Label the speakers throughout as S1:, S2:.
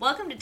S1: Welcome to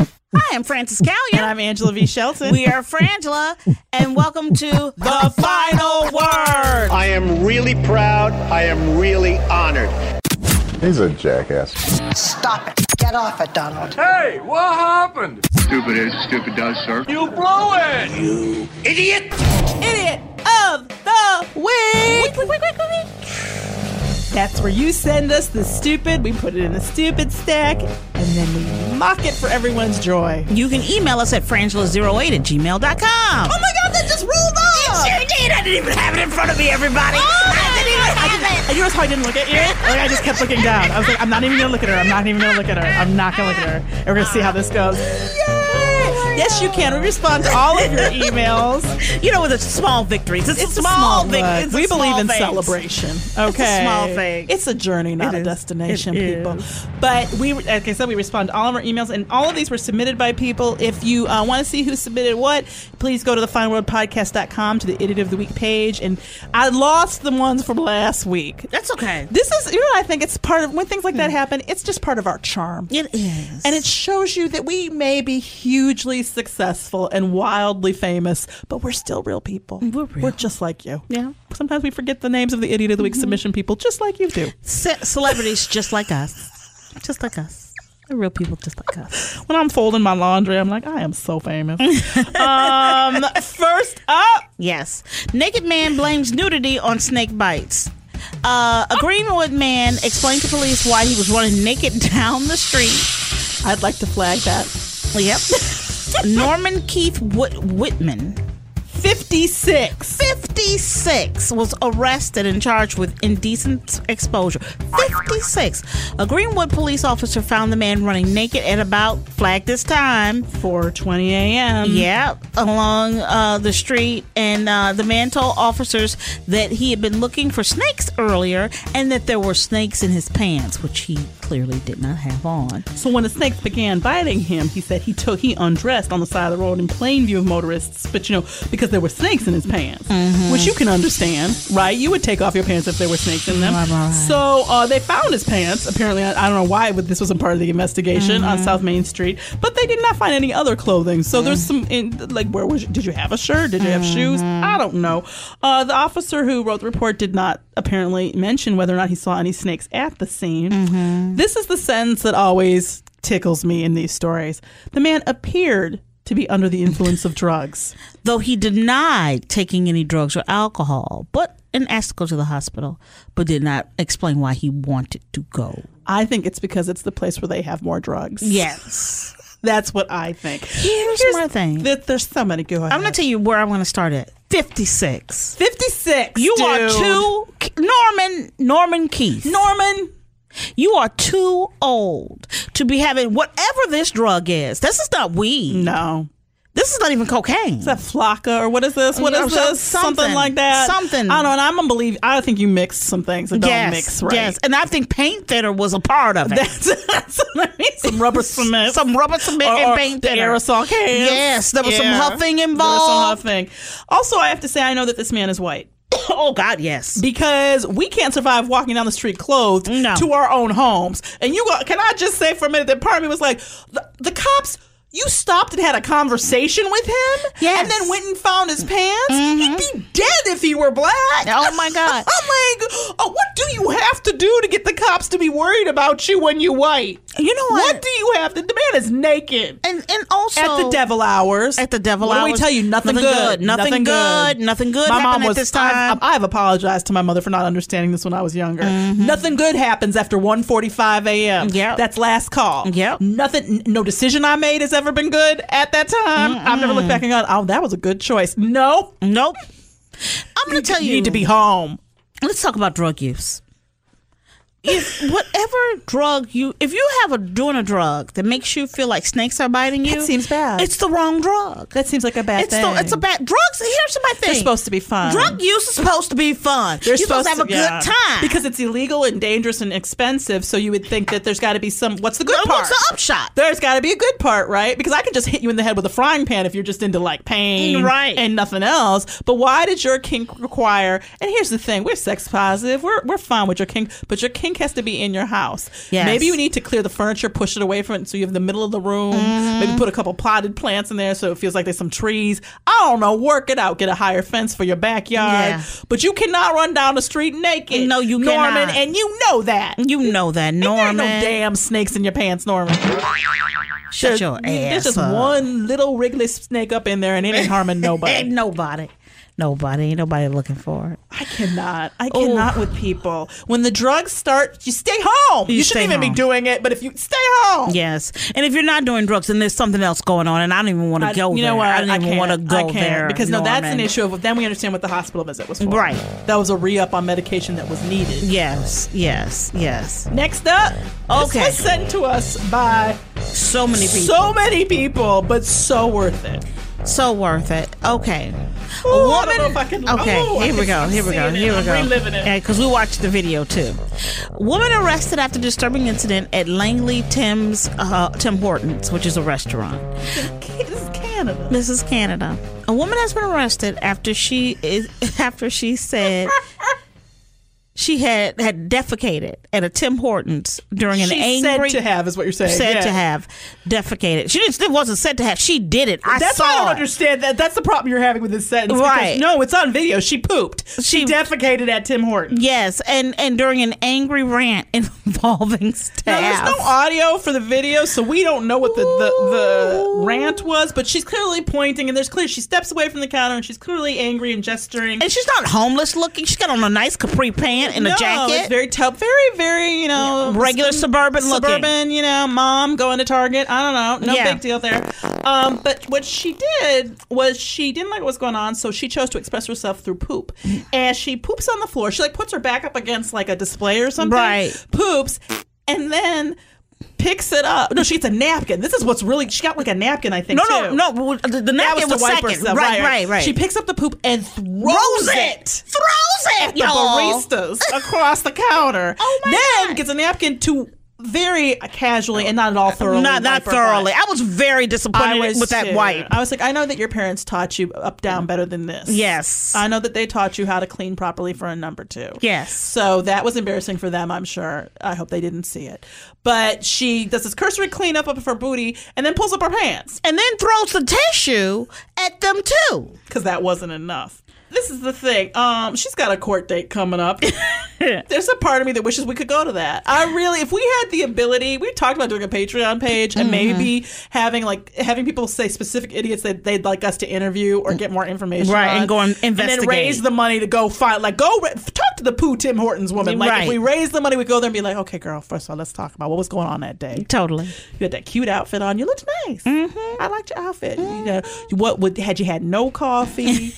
S2: Hi, I'm Francis Callion. And I'm Angela V. Shelton. We are Frangela, and welcome to The Final Word.
S3: I am really proud. I am really honored.
S4: He's a jackass.
S5: Stop it. Get off it, Donald.
S6: Hey, what happened?
S7: Stupid is, stupid does, sir.
S6: You blow it! You idiot!
S2: Idiot of the Week. That's where you send us the stupid, we put it in a stupid stack, and then we mock it for everyone's joy. You can email us at frangela08 at gmail.com. Oh my god, that just rolled Oh off! It sure did! I didn't even have it in front of me, everybody! I didn't even have it!
S8: And you know how I didn't look at you? Like Oh, I just kept looking down. I was like, I'm not even gonna look at her. I'm not even gonna look at her. I'm not gonna look at her. And we're gonna see how this goes.
S2: Yes, you can. We respond to all of your emails. You know, with a small victories. It's, a small, vic-
S8: one.
S2: it's a
S8: we believe
S2: small
S8: in
S2: things.
S8: celebration. Okay,
S2: small thing.
S8: It's a journey, not
S2: It
S8: a
S2: is.
S8: destination,
S2: It
S8: people.
S2: is.
S8: But we, like I said, we respond to all of our emails, and all of these were submitted by people. If you uh, want to see who submitted what, please go to the finalworldpodcast.com to the Idiot of the Week page. And I lost the ones from last week.
S2: That's okay. Hmm.
S8: This is, you know, what I think it's part of when things like that happen. It's just part of our charm.
S2: It is.
S8: And it shows you that we may be hugely successful and wildly famous, but we're still real people. We're
S2: real.
S8: just like you.
S2: Yeah. Mm-hmm.
S8: Sometimes we forget the names of the idiot of the week submission people, just like you do.
S2: Ce- celebrities just like us. Just like us. They're real people just like us. When I'm folding my laundry, I'm like, I am so famous. um, first up.
S8: Yes. Naked man blames nudity on snake bites. Uh, a Greenwood man explained to police why he was running naked down the street.
S2: I'd like to flag that.
S8: Yep. Norman Keith Whit- Whitman.
S2: 56.
S8: 56 was arrested and charged with indecent exposure. 56. A Greenwood police officer found the man running naked at about, flag this time,
S2: 4.20 a.m.
S8: Yep, along uh, the street. And uh, the man told officers that he had been looking for snakes earlier and that there were snakes in his pants, which he clearly did not have on.
S2: So when the snakes began biting him, he said he took he undressed on the side of the road in plain view of motorists, but you know, because there were snakes in his pants,
S8: Mhm.
S2: which you can understand, right? You would take off your pants if there were snakes in them.
S8: Right, right, right.
S2: So uh, they found his pants. Apparently, I, I don't know why, but this wasn't part of the investigation on
S8: Mhm.
S2: South Main Street. But they did not find any other clothing. So there's some in, like where was did you have a shirt? Did you
S8: Mm-hmm.
S2: have shoes? I don't know. Uh, the officer who wrote the report did not apparently mention whether or not he saw any snakes at the scene.
S8: Mm-hmm.
S2: This is the sentence that always tickles me in these stories. The man appeared to be under the influence of drugs.
S8: though he denied taking any drugs or alcohol, but and asked to go to the hospital, but did not explain why he wanted to go.
S2: I think it's because it's the place where they have more drugs.
S8: Yes.
S2: That's what I think.
S8: Here's, my thing.
S2: there's so many. Go ahead.
S8: I'm going to tell you where I'm going to start at. 56.
S2: 56.
S8: You are
S2: dude.
S8: too Norman Norman Keith.
S2: Norman
S8: you are too old to be having whatever this drug is. This is not weed.
S2: No.
S8: This is not even cocaine.
S2: Is that flaca or what is this? What is this? Something, like that.
S8: Something.
S2: I don't know. And I'm gonna believe. I think you mixed some things that
S8: yes,
S2: don't mix right.
S8: Yes, and I think paint thinner was a part of it.
S2: That's, that's what I mean. Some rubber cement.
S8: some rubber cement
S2: Or-
S8: and
S2: or
S8: paint
S2: the
S8: thinner.
S2: aerosol cans.
S8: Yes, there was some
S2: Yeah.
S8: huffing involved.
S2: There was some huffing. Also, I have to say, I know that this man is white.
S8: oh God, yes.
S2: Because we can't survive walking down the street clothed to our own homes. And you go, can I just say for a minute that part of me was like, the, the cops. You stopped and had a conversation with him, and then went and found his pants. He'd be dead if he were black.
S8: Mm-hmm. Oh my God.
S2: I'm like, oh, what do you have to do to get the cops to be worried about you when you're white?
S8: You know
S2: what? What do you have to? The man is naked.
S8: And and also
S2: at the devil hours.
S8: At the devil
S2: what
S8: hours.
S2: do we tell you? Nothing, good.
S8: Nothing, good. Nothing good.
S2: My
S8: happened
S2: mom was.
S8: at this time.
S2: I've, I've apologized to my mother for not understanding this when I was younger.
S8: Mm-hmm.
S2: Nothing good happens after 1.45 a.m. Yeah, that's last call. Yeah, nothing. n- No decision I made has ever been good at that time. I've never looked back and gone, "Oh, that was a good choice." No,
S8: nope. I'm gonna tell you.
S2: need to be home.
S8: Let's talk about drug use. If whatever drug you, if you have a doing a drug that makes you feel like snakes are biting you,
S2: That seems bad.
S8: It's the wrong drug.
S2: That seems like a bad
S8: it's
S2: thing.
S8: The, it's a bad drugs. Here's my thing.
S2: They're supposed to be fun.
S8: Drug use is supposed to be fun.
S2: They're
S8: You're supposed, to have a
S2: yeah.
S8: good time
S2: because it's illegal and dangerous and expensive. So you would think that there's got to be some. What's the good part?
S8: what's the upshot?
S2: There's got to be a good part, right? Because I can just hit you in the head with a frying pan if you're just into like pain,
S8: Mm, Right.
S2: and nothing else. But why did your kink require? And here's the thing: we're sex positive. We're we're fine with your kink, but your kink has to be in your house.
S8: Yes.
S2: Maybe you need to clear the furniture, push it away from it, so you have the middle of the room. Maybe
S8: Mm-hmm.
S2: put a couple potted plants in there so it feels like there's some trees. I don't know. Work it out. Get a higher fence for your backyard.
S8: Yeah.
S2: But you cannot run down the street naked.
S8: No, you
S2: Norman,
S8: cannot.
S2: and you know that.
S8: You know that, Norman.
S2: There ain't no damn snakes in your pants, Norman.
S8: Shut
S2: There's-
S8: your ass.
S2: There's just
S8: up.
S2: one little wriggly snake up in there, and it ain't harming
S8: Ain't
S2: nobody.
S8: nobody. Nobody. Ain't nobody looking for it. Oh.
S2: I cannot. I cannot with people. When the drugs start, you stay home. You,
S8: stay
S2: shouldn't even
S8: home.
S2: be doing it, but if you stay home.
S8: Yes. And if you're not doing drugs, then there's something else going on, and I don't even want
S2: I-
S8: to go
S2: you
S8: there.
S2: know what?
S8: I don't even
S2: can't.
S8: want to go
S2: I can't.
S8: there.
S2: because no, that's an
S8: Norman.
S2: issue of. Then we understand what the hospital visit was for.
S8: Right.
S2: That was a re-up on medication that was needed.
S8: Yes, yes, yes.
S2: Next up,
S8: Okay.
S2: this was sent to us by
S8: So many people.
S2: so many people, but so worth it.
S8: So worth it. Okay.
S2: Ooh,
S8: a
S2: I
S8: woman.
S2: don't know if I can-
S8: okay,
S2: oh, I
S8: here we
S2: can-
S8: go.
S2: I'm
S8: Here we go.
S2: seeing it.
S8: Here we
S2: I'm
S8: go.
S2: reliving it.
S8: Because we watched the video too. Woman arrested after disturbing incident at Langley Tim's uh, Tim Hortons, which is a restaurant.
S2: This is Canada.
S8: This is Canada. A woman has been arrested after she is after she said
S2: she had had defecated at a Tim Hortons during an
S8: She said
S2: angry
S8: to have, is what you're saying,
S2: Said
S8: yeah.
S2: to have defecated. She didn't. It wasn't said to have. She did it. I
S8: That's
S2: saw
S8: why I don't
S2: it.
S8: understand that. That's the problem you're having with this sentence. because,
S2: Right.
S8: no, it's on video. She pooped. She, defecated at Tim Hortons.
S2: Yes, and and during an angry rant involving staff.
S8: Now, there's no audio for the video, so we don't know what the, the, the rant was, but she's clearly pointing, and there's clear she steps away from the counter and she's clearly angry and gesturing.
S2: And she's not homeless looking. She's got on a nice capri pant and
S8: no,
S2: a jacket.
S8: It's very tough, very, very, you know,
S2: Regular suburban looking.
S8: suburban, you know, mom going to Target. I don't know, no
S2: Yeah.
S8: big deal there. Um, but what she did was she didn't like what was going on, so she chose to express herself through poop. And she poops on the floor. She like puts her back up against like a display or something.
S2: Right.
S8: Poops, and then. Picks it up. No, she gets a napkin. This is what's really. She got like a napkin, I think.
S2: No, no,
S8: too.
S2: no, well, the- the
S8: That
S2: napkin
S8: was
S2: was
S8: to wipe
S2: second.
S8: herself.
S2: Right, right, right.
S8: She picks up the poop and throws,
S2: Throws
S8: it.
S2: it. Throws it.
S8: At the
S2: y'all.
S8: baristas across the counter. Oh my then gets a napkin to very casually and not at all thoroughly.
S2: Not-
S8: wipe
S2: not
S8: her
S2: thoroughly.
S8: butt.
S2: I was very disappointed
S8: I was
S2: with that
S8: too.
S2: wipe.
S8: I was like, I know that your parents taught you up down better than this.
S2: Yes.
S8: I know that they taught you how to clean properly for a number two.
S2: Yes.
S8: So that was embarrassing for them, I'm sure. I hope they didn't see it. But she does this cursory cleanup of her booty and then pulls up her pants.
S2: And then throws the tissue at them too.
S8: Because that wasn't enough. This is the thing. Um, she's got a court date coming up. There's a part of me that wishes we could go to that. I really, if we had the ability, we talked about doing a Patreon page and
S2: Mm-hmm.
S8: maybe having like having people say specific idiots that they'd like us to interview or get more information,
S2: Right, and
S8: on,
S2: go and
S8: then
S2: investigate.
S8: raise the money to go find like go re- talk to the Pooh Tim Hortons woman. Like if
S2: Right.
S8: we raise the money, we go there and be like, okay, girl, first of all, let's talk about what was going on that day.
S2: Totally.
S8: You had that cute outfit on. You looked nice. Mm-hmm. I liked your outfit. You know, what would had you had no coffee?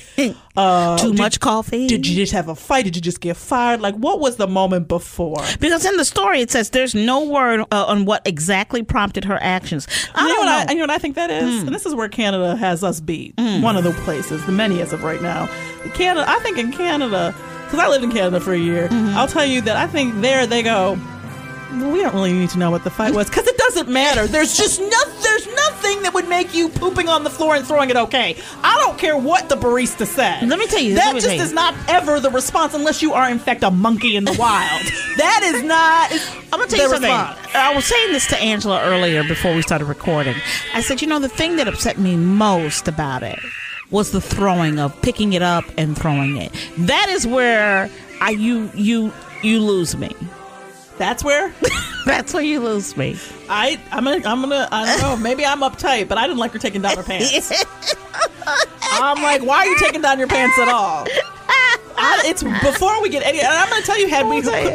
S8: uh,
S2: Too
S8: did-
S2: much coffee.
S8: Did you just have a fight? Did you just get fired? Like, what was the moment before?
S2: Because in the story it says there's no word uh, on what exactly prompted her actions. I
S8: You know what
S2: don't know. Hmm.
S8: I, you know what I think that is, and this is where Canada has us beat. One of the places, the many as of right now, Canada. I think in Canada, because I lived in Canada for a year,
S2: Mm-hmm.
S8: I'll tell you that I think there they go. "Well, we don't really need to know what the fight was because it doesn't matter. There's just no, there's nothing that would make you pooping on the floor and throwing it okay. I don't care what the barista said.
S2: Let me tell you, let
S8: that
S2: me
S8: just
S2: tell you.
S8: is not ever the response unless you are in fact a monkey in the wild. that is not.
S2: I'm gonna tell you
S8: the
S2: something.
S8: response.
S2: I was saying this to Angela earlier before we started recording. I said, you know, the thing that upset me most about it was the throwing of picking it up and throwing it. That is where I you you you lose me.
S8: That's where.
S2: That's where you lose me.
S8: I I'm gonna I'm gonna I don't know maybe I'm uptight but I didn't like her taking down her pants. I'm like why are you taking down your pants at all? I, it's before we get any and I'm gonna tell you had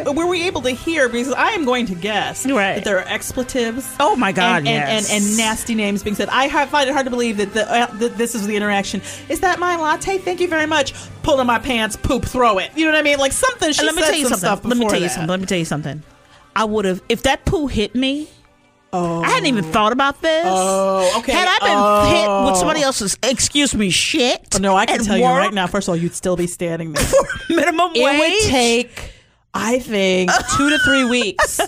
S2: Oh,
S8: we were we able to hear because I am going to guess
S2: Right.
S8: that there are expletives.
S2: Oh my God,
S8: and,
S2: yes.
S8: and, and and nasty names being said. I ha find it hard to believe that the uh, that this is the interaction. Is that my latte? Thank you very much. Pull in my pants, poop, throw it. You know what I mean? Like something. She
S2: And let me
S8: said
S2: tell you
S8: some
S2: something.
S8: Stuff
S2: let me
S8: before
S2: tell you
S8: that.
S2: something. Let me tell you something. I would have if that poo hit me. Oh. I hadn't even thought about this.
S8: Oh, okay.
S2: Had I been hit with somebody else's, excuse me, shit.
S8: Oh, no, I can
S2: at
S8: tell you
S2: work,
S8: right now. First of all, you'd still be standing there.
S2: Minimum
S8: it
S2: wage.
S8: would take, I think, two to three weeks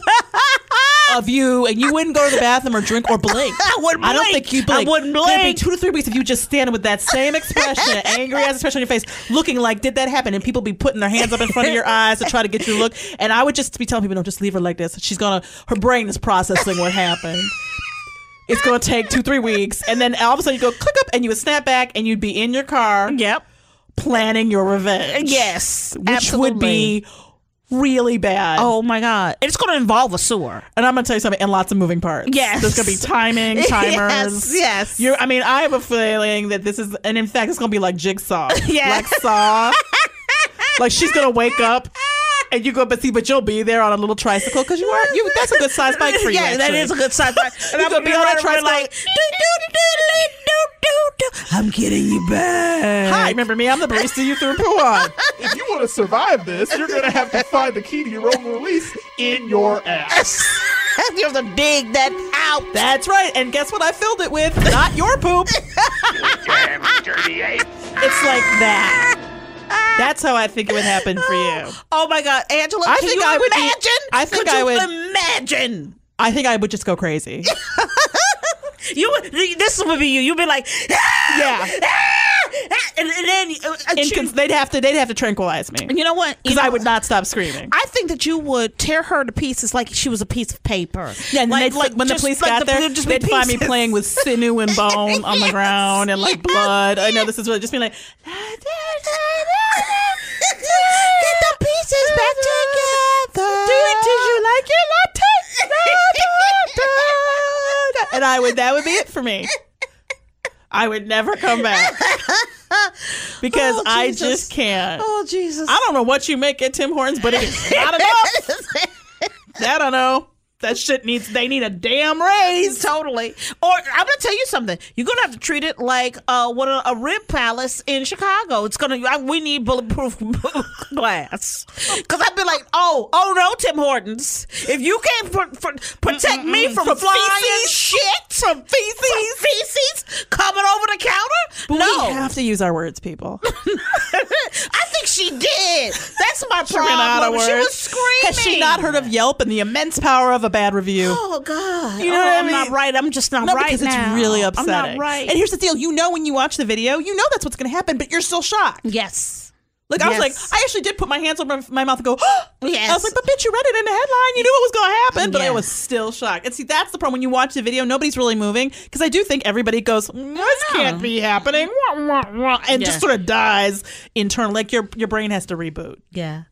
S8: of you, and you wouldn't go to the bathroom or drink or blink.
S2: I wouldn't
S8: I don't
S2: blink.
S8: think you'd
S2: I
S8: blink.
S2: wouldn't
S8: There'd
S2: blink.
S8: be two to three weeks of you just standing with that same expression, an angry ass expression on your face, looking like, did that happen? And people be putting their hands up in front of your eyes to try to get you to look. And I would just be telling people, no, just leave her like this. She's gonna, her brain is processing what happened. It's gonna take two, three weeks, and then all of a sudden you go click up, and you would snap back, and you'd be in your car
S2: Yep.
S8: planning your revenge.
S2: Yes,
S8: which would be really bad.
S2: Oh my god. It's going to involve a sewer.
S8: And I'm gonna tell you something, and lots of moving parts.
S2: Yes.
S8: there's gonna be timing,
S2: Yes,
S8: timers.
S2: yes.
S8: You're, I mean, I have a feeling that this is, and in fact, it's gonna be like jigsaw.
S2: Yes.
S8: like saw. like she's gonna wake up, and you go, but see, but you'll be there on a little tricycle because you are. You that's a good size bike for you.
S2: yeah, that
S8: actually.
S2: is a good side bike.
S8: You could be on
S2: right
S8: a
S2: around
S8: tricycle.
S2: like, "Do-do-do-do-do-do-do-do." I'm getting you back.
S8: Hi, remember me? I'm the barista you threw poo on.
S4: If you want to survive this, you're going to have to find the key to your own release in your ass.
S2: you have to dig that out.
S8: That's right. And guess what? I filled it with not your poop.
S6: Damn dirty ape.
S8: It's like that. That's how I think it would happen for you.
S2: Oh my God, Angela!
S8: I
S2: can
S8: think
S2: you
S8: I would be-
S2: imagine.
S8: I think
S2: Could
S8: I
S2: you
S8: would-
S2: imagine.
S8: I think I would just go crazy.
S2: You would- this would be you. You'd be like, "Ah!
S8: Yeah.
S2: Ah! Ah! and, and then uh, I
S8: Incons-
S2: choose-
S8: they'd have to they'd have to tranquilize me.
S2: You know what? You
S8: Because I
S2: know-
S8: would not stop screaming.
S2: I think that you would tear her to pieces like she was a piece of paper.
S8: Yeah, and
S2: like,
S8: they'd- when the
S2: just
S8: police
S2: like
S8: got there,
S2: there'd just be
S8: they'd find me
S2: pieces.
S8: playing with sinew and bone on the ground and like blood. I know this is what just being like,
S2: Get the pieces back together.
S8: did you like your latte? Da, da, da. And I would that would be it for me. I would never come back because
S2: Oh,
S8: I
S2: Jesus.
S8: just can't.
S2: Oh Jesus!
S8: I don't know what you make at Tim Hortons, but it's not enough. I don't know. That shit needs. They need a damn raise.
S2: Totally. Or I'm gonna tell you something. You're gonna have to treat it like uh, what a, a rib palace in Chicago. It's gonna. I, we need bulletproof glass. Because I'd be like, oh, oh no, Tim Hortons. If you can't pr- pr- protect me from,
S8: From
S2: flying
S8: feces?
S2: shit, from feces, feces coming over the counter,
S8: But
S2: no.
S8: we have to use our words, people.
S2: I think she did. That's my problem.
S8: She ran out of words.
S2: She was screaming.
S8: Has she not heard of Yelp and the immense power of a bad review?
S2: Oh God!
S8: You know
S2: Oh,
S8: what I
S2: I'm not
S8: mean?
S2: right. I'm just not
S8: no,
S2: right
S8: because
S2: now.
S8: it's really upsetting.
S2: I'm not right.
S8: And here's the deal: you know when you watch the video, you know that's what's going to happen, but you're still shocked.
S2: yes,
S8: Like I was like,
S2: Yes.
S8: I actually did put my hands over my mouth and go, oh!
S2: Yes.
S8: I was like, but bitch, you read it in the headline. You knew what was going to happen, but I
S2: Yeah.
S8: was still shocked. And see, that's the problem. When you watch the video, nobody's really moving because I do think everybody goes, "Mm, this can't be happening, wah, wah, wah, and
S2: Yeah.
S8: just sort of dies internal. Like your your brain has to reboot.
S2: yeah.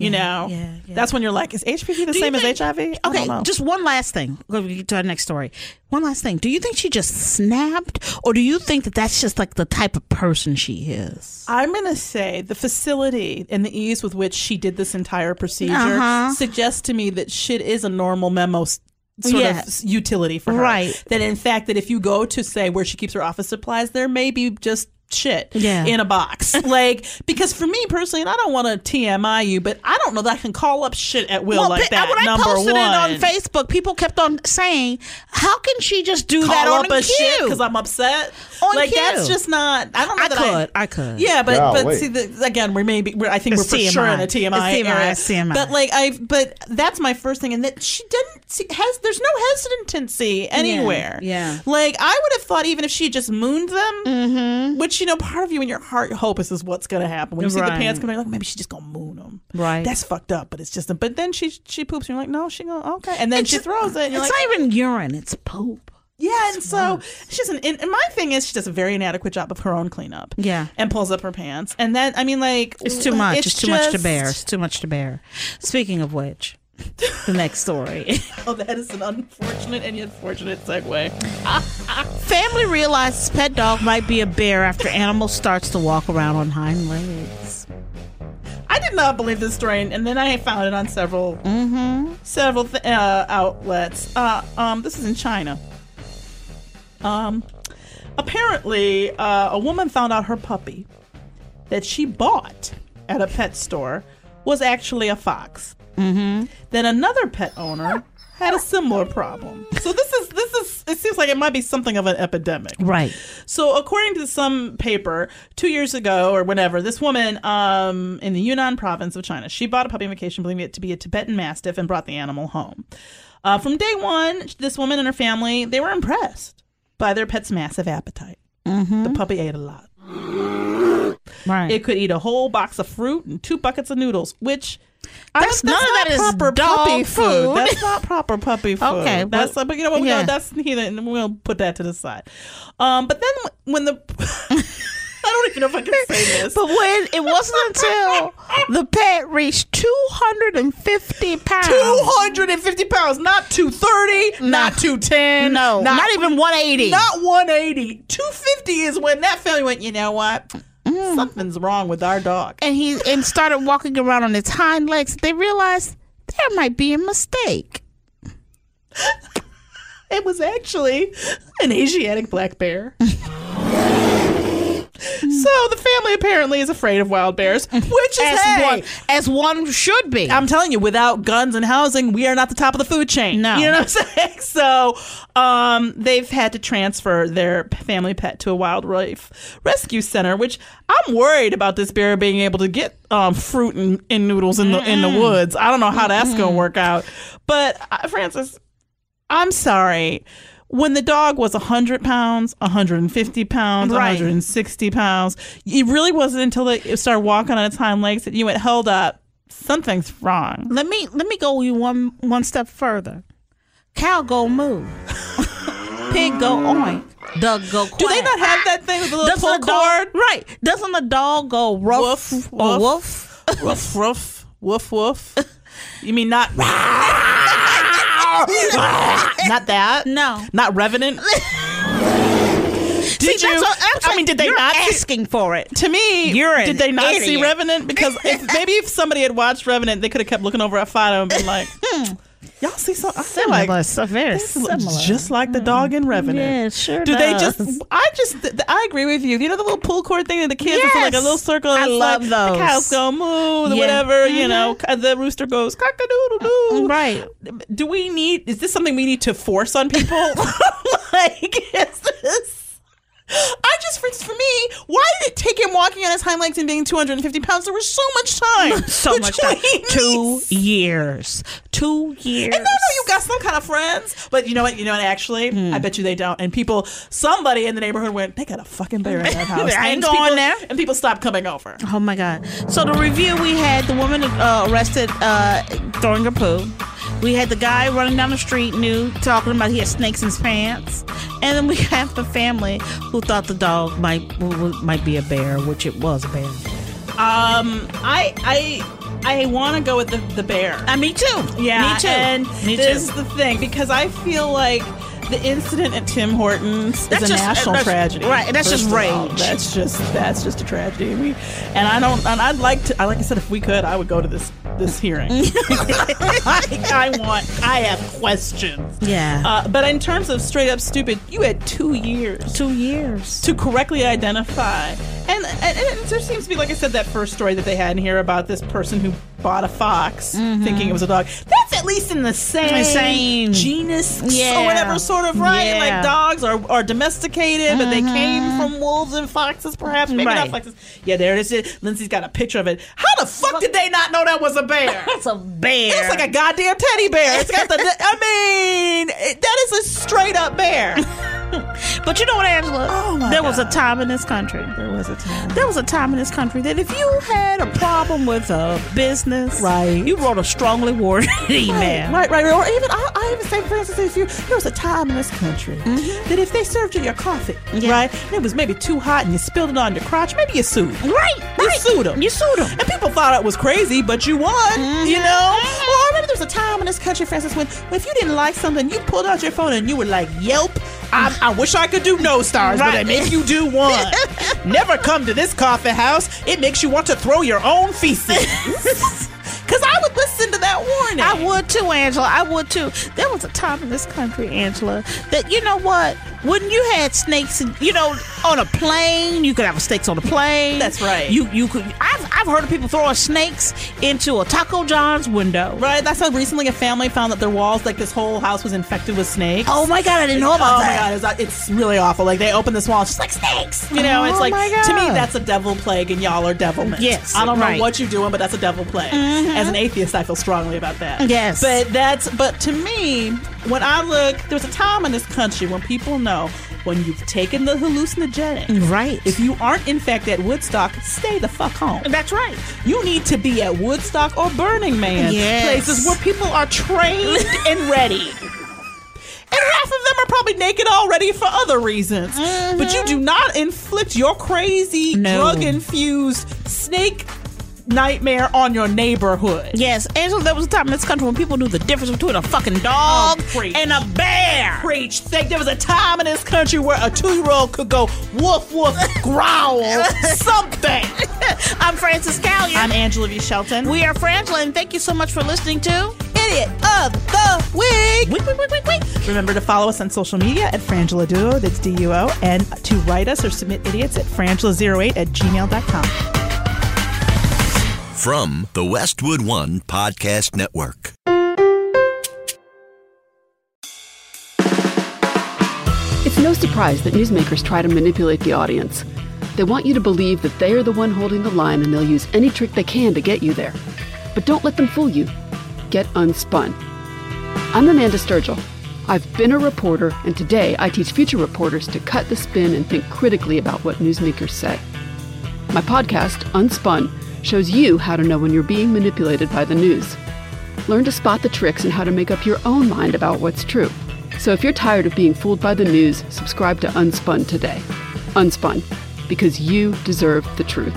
S8: You
S2: Yeah,
S8: know,
S2: Mm-hmm. yeah, yeah.
S8: that's when you're like, is HPV the
S2: Do you
S8: same
S2: think-
S8: as HIV? Okay, I
S2: Okay,
S8: don't know.
S2: just one last thing. We'll get to our next story. One last thing. Do you think she just snapped, or do you think that that's just like the type of person she is?
S8: I'm going to say the facility and the ease with which she did this entire procedure
S2: Uh-huh.
S8: suggests to me that shit is a normal memo s- sort
S2: Yeah.
S8: of s- utility for her.
S2: Right.
S8: That in fact, that if you go to say where she keeps her office supplies, there may be just shit
S2: Yeah.
S8: in a box. like, because for me personally, and I don't want to TMI you, but I don't know that I can call up shit at will
S2: well,
S8: like
S2: pe-
S8: that.
S2: when I
S8: number
S2: posted
S8: one.
S2: it on Facebook, people kept on saying, "How can she just do
S8: Call
S2: that on
S8: up a shit
S2: cue?"
S8: because I'm upset.
S2: On
S8: like
S2: cue.
S8: that's just not. I don't know
S2: I
S8: that
S2: could,
S8: I,
S2: I could.
S8: Yeah, but
S2: Yeah,
S8: but
S2: wait.
S8: see, the, again, we may be. We're, I think
S2: It's
S8: we're for sure in a
S2: TMI.
S8: TMI,
S2: It's TMI,
S8: era.
S2: it's TMI.
S8: But like I, but that's my first thing, and that she didn't see, has. There's no hesitancy anywhere.
S2: yeah.
S8: Like I would have thought, even if she just mooned them,
S2: Mm-hmm.
S8: which you know, part of you in your heart hope is is what's going to happen when you see the
S2: Right.
S8: pants coming. Like maybe she's just gonna moon them.
S2: Right.
S8: That's fucked up, but it's just. But then she she poops. And you're like, no, she gonna okay, and then she throws it. And you're
S2: it's
S8: like,
S2: not even urine; it's poop.
S8: yeah, and so she's an. And and my thing is, she does a very inadequate job of her own cleanup.
S2: Yeah.
S8: and pulls up her pants, and then I mean, like
S2: It's too much. It's, too much to bear. It's too much to bear. Speaking of which, the next story.
S8: Oh, that is an unfortunate and yet fortunate segue.
S2: Family realizes pet dog might be a bear after animal starts to walk around on hind legs.
S8: I did not believe this story, and then I found it on several several th- uh, outlets. Uh, um, this is in China. Um, apparently, uh, a woman found out her puppy that she bought at a pet store was actually a fox.
S2: Mm-hmm.
S8: Then another pet owner had a similar problem. So this is this is it seems like it might be something of an epidemic.
S2: Right.
S8: So, according to some paper, two years ago or whenever, this woman um, in the Yunnan province of China, she bought a puppy on vacation, believing it to be a Tibetan Mastiff, and brought the animal home. Uh, from day one, this woman and her family they were impressed by their pet's massive appetite. The puppy ate a lot.
S2: Right.
S8: It could eat a whole box of fruit and two buckets of noodles, which I
S2: That's-
S8: don't-
S2: none of
S8: not
S2: that is
S8: proper
S2: dog
S8: puppy
S2: food.
S8: That's not proper puppy food.
S2: Okay, but-
S8: that's but you know what?
S2: yeah.
S8: No, that's neither, and we'll put that to the side. Um, but then when the I don't even know if I can say this.
S2: But when it wasn't until the pet reached 250 pounds.
S8: 250 pounds, not 230, not 210,
S2: No, not, even 180.
S8: not 180. 250 is when that family went. You know what? Something's wrong with our dog.
S2: And he and started walking around on its hind legs. They realized there might be a mistake.
S8: It was actually an Asiatic black bear. so the family apparently is afraid of wild bears, which is
S2: As
S8: hey,
S2: one as one should be.
S8: I'm telling you, without guns and housing, we are not the top of the food chain.
S2: No.
S8: You know what I'm saying? So um, they've had to transfer their p- family pet to a wildlife rescue center, which I'm worried about this bear being able to get um, fruit and, and noodles in the in the woods. I don't know how that's going to work out. But uh, Francis, I'm sorry. when the dog was 100 pounds, 150 pounds,
S2: Right.
S8: 160 pounds, it really wasn't until it started walking on its hind legs that you went, hold up, something's wrong.
S2: Let me let me go you one one step further. Cow go moo. Pig go oink. Dog go quack.
S8: Do they not have that thing with the little pull
S2: a dog, Right. Doesn't a dog go ruff
S8: Woof,
S2: or
S8: woof.
S2: woof?
S8: Woof, woof, woof, woof. You mean not not that?
S2: No.
S8: Not revenant? Did
S2: See,
S8: you?
S2: that's what- that's
S8: I
S2: what-
S8: mean, did they
S2: you're
S8: not see-
S2: asking for it?
S8: To me,
S2: You're an
S8: did they not see
S2: idiot.
S8: Revenant? Because if, maybe if somebody had watched Revenant, they could have kept looking over at Fido and been like, hmm, "Y'all see something
S2: Similar,
S8: like,
S2: so very
S8: this looks
S2: similar."
S8: just like the dog in Revenant."
S2: Yeah, it sure
S8: Do they
S2: does.
S8: just? I just, th- I agree with you. You know the little pull cord thing that the kids it's like a
S2: Yes.
S8: little circle. and
S2: I
S8: it's
S2: love
S8: like,
S2: those.
S8: The cows go moo, the
S2: Yeah. Mm-hmm.
S8: whatever. You know, c- the rooster goes cock a doodle doo.
S2: Right.
S8: Do we need? Is this something we need to force on people? like, is this? I just for, for me, why did it take him walking on his hind legs and being 250 pounds? There was so much time.
S2: So much time.
S8: between
S2: Two
S8: these.
S2: years. Two years.
S8: And I know you got some kind of friends, but you know what? You know what? Actually, I bet you they don't. And people, somebody in the neighborhood went, they got a fucking bear in that house.
S2: I
S8: and
S2: ain't going
S8: people,
S2: there.
S8: And people stopped coming over.
S2: Oh my God. So the review we had the woman uh, arrested uh, throwing her poo. We had the guy running down the street, new, talking about he had snakes in his pants. And then we have the family who thought the dog might w- w- might be a bear, which it was a bear.
S8: Um, I, I, I want to go with the, the bear.
S2: Uh, me too.
S8: Yeah,
S2: Me too.
S8: And
S2: me
S8: this is
S2: too.
S8: the thing because I feel like the incident at Tim Hortons
S2: That's
S8: is a
S2: just-
S8: national
S2: that's-
S8: tragedy,
S2: right, and that's
S8: first
S2: just
S8: of all.
S2: rage.
S8: That's just that's just a tragedy. We, and I don't. And I'd like to. I like I said, if we could, I would go to this this hearing. I, I want. I have questions.
S2: Yeah.
S8: Uh, but in terms of straight up stupid, you had two years
S2: Two years.
S8: to correctly identify. And, and, and there seems to be, like I said, that first story that they had in here about this person who bought a fox thinking it was a dog. That's at least in the same,
S2: Mm-hmm. The same.
S8: genus
S2: Yeah.
S8: or whatever, sort of, right?
S2: Yeah. Mm-hmm.
S8: Like dogs are, are domesticated, but they came from wolves and foxes, perhaps. Maybe not
S2: Right.
S8: foxes. Yeah, there it is. Lindsay's got a picture of it. How the fuck did they not know that was a bear?
S2: That's a bear.
S8: It's like a goddamn teddy bear. It's got the. I mean, it, that is a straight up bear.
S2: But you know what, Angela?
S8: Oh, my
S2: there was a
S8: God.
S2: time in this country.
S8: There was a time.
S2: There was a time in this country that if you had a problem with a business, right, you wrote a strongly worded email.
S8: Right, right, right. Or even I, I even say, for instance, if you there was a time in this country
S2: Mm-hmm.
S8: that if they served you your coffee, right, and it was maybe too hot and you spilled it on your crotch, maybe you sued. 'em.
S2: Right,
S8: You
S2: right.
S8: sued them.
S2: You sued 'em. Mm-hmm.
S8: And people thought it was crazy, but you won. You know. Or maybe there was a time in this country, for instance, when if you didn't like something, you pulled out your phone and you were like, "Yelp." I, I wish I could do no stars, but
S2: Mm. Right.
S8: it makes you do one. Never come to this coffee house. It makes you want to throw your own feces. Because I would listen to that warning.
S2: I would too, Angela. I would too. There was a time in this country, Angela, that you know what? When you had snakes, and you know, on a plane, you could have snakes on a plane.
S8: That's right.
S2: You you could. I've, I've heard of people throwing snakes into a Taco John's window.
S8: Right, that's how recently a family found that their walls, like this whole house, was infected with snakes.
S2: Oh my god, I didn't know about
S8: oh
S2: that.
S8: my god, it's, it's really awful. Like they open this wall, it's just like snakes. You know, it's
S2: Oh
S8: like
S2: my
S8: to me
S2: God.
S8: that's a devil plague, and y'all are devilment.
S2: Yes,
S8: I don't
S2: right. Mm-hmm.
S8: know what you're doing, but that's a devil plague. As an atheist, I feel strongly about that.
S2: Yes.
S8: but that's but to me, when I look, there's a time in this country when people know when you've taken the hallucinogenic.
S2: Right.
S8: If you aren't in fact at Woodstock, stay the fuck home.
S2: That's right.
S8: You need to be at Woodstock or Burning Man,
S2: Yes.
S8: places where people are trained and ready. And half of them are probably naked already for other reasons. But you do not inflict your crazy,
S2: Mm-hmm. No.
S8: drug infused snake nightmare on your neighborhood.
S2: Yes, Angela, there was a time in this country when people knew the difference between a fucking dog
S8: Oh, preach.
S2: and a bear.
S8: Preach. Think there was a time in this country where a two year old could go woof woof, growl, something.
S2: I'm Francis Callion.
S8: I'm Angela V. Shelton.
S2: we are Frangela, and thank you so much for listening to
S8: Idiot of the Week. Week, week, week, week, week. Remember to follow us on social media at Frangela Duo, that's D U O, and to write us or submit idiots at frangela08 at gmail.com.
S9: From the Westwood One Podcast Network.
S10: It's no surprise that newsmakers try to manipulate the audience. They want you to believe that they are the one holding the line and they'll use any trick they can to get you there. But don't let them fool you. Get unspun. I'm Amanda Sturgill.
S2: I've been a reporter, and today I teach future reporters to cut the spin and think critically about what newsmakers say. My podcast, Unspun, shows you how to know when you're being manipulated by the news. Learn to spot the tricks and how to make up your own mind about what's true. So if you're tired of being fooled by the news, subscribe to Unspun today. Unspun, because you deserve the truth.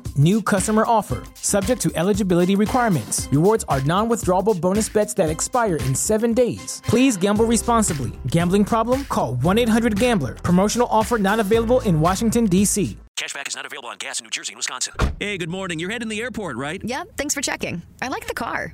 S11: New customer offer, subject to eligibility requirements. Rewards are non withdrawable bonus bets that expire in seven days. Please gamble responsibly. Gambling problem? Call 1 800 Gambler. Promotional offer not available in Washington, D.C.
S12: Cashback is not available on gas in New Jersey and Wisconsin.
S13: Hey, good morning. You're heading to the airport, right?
S14: Yep, thanks for checking. I like the car.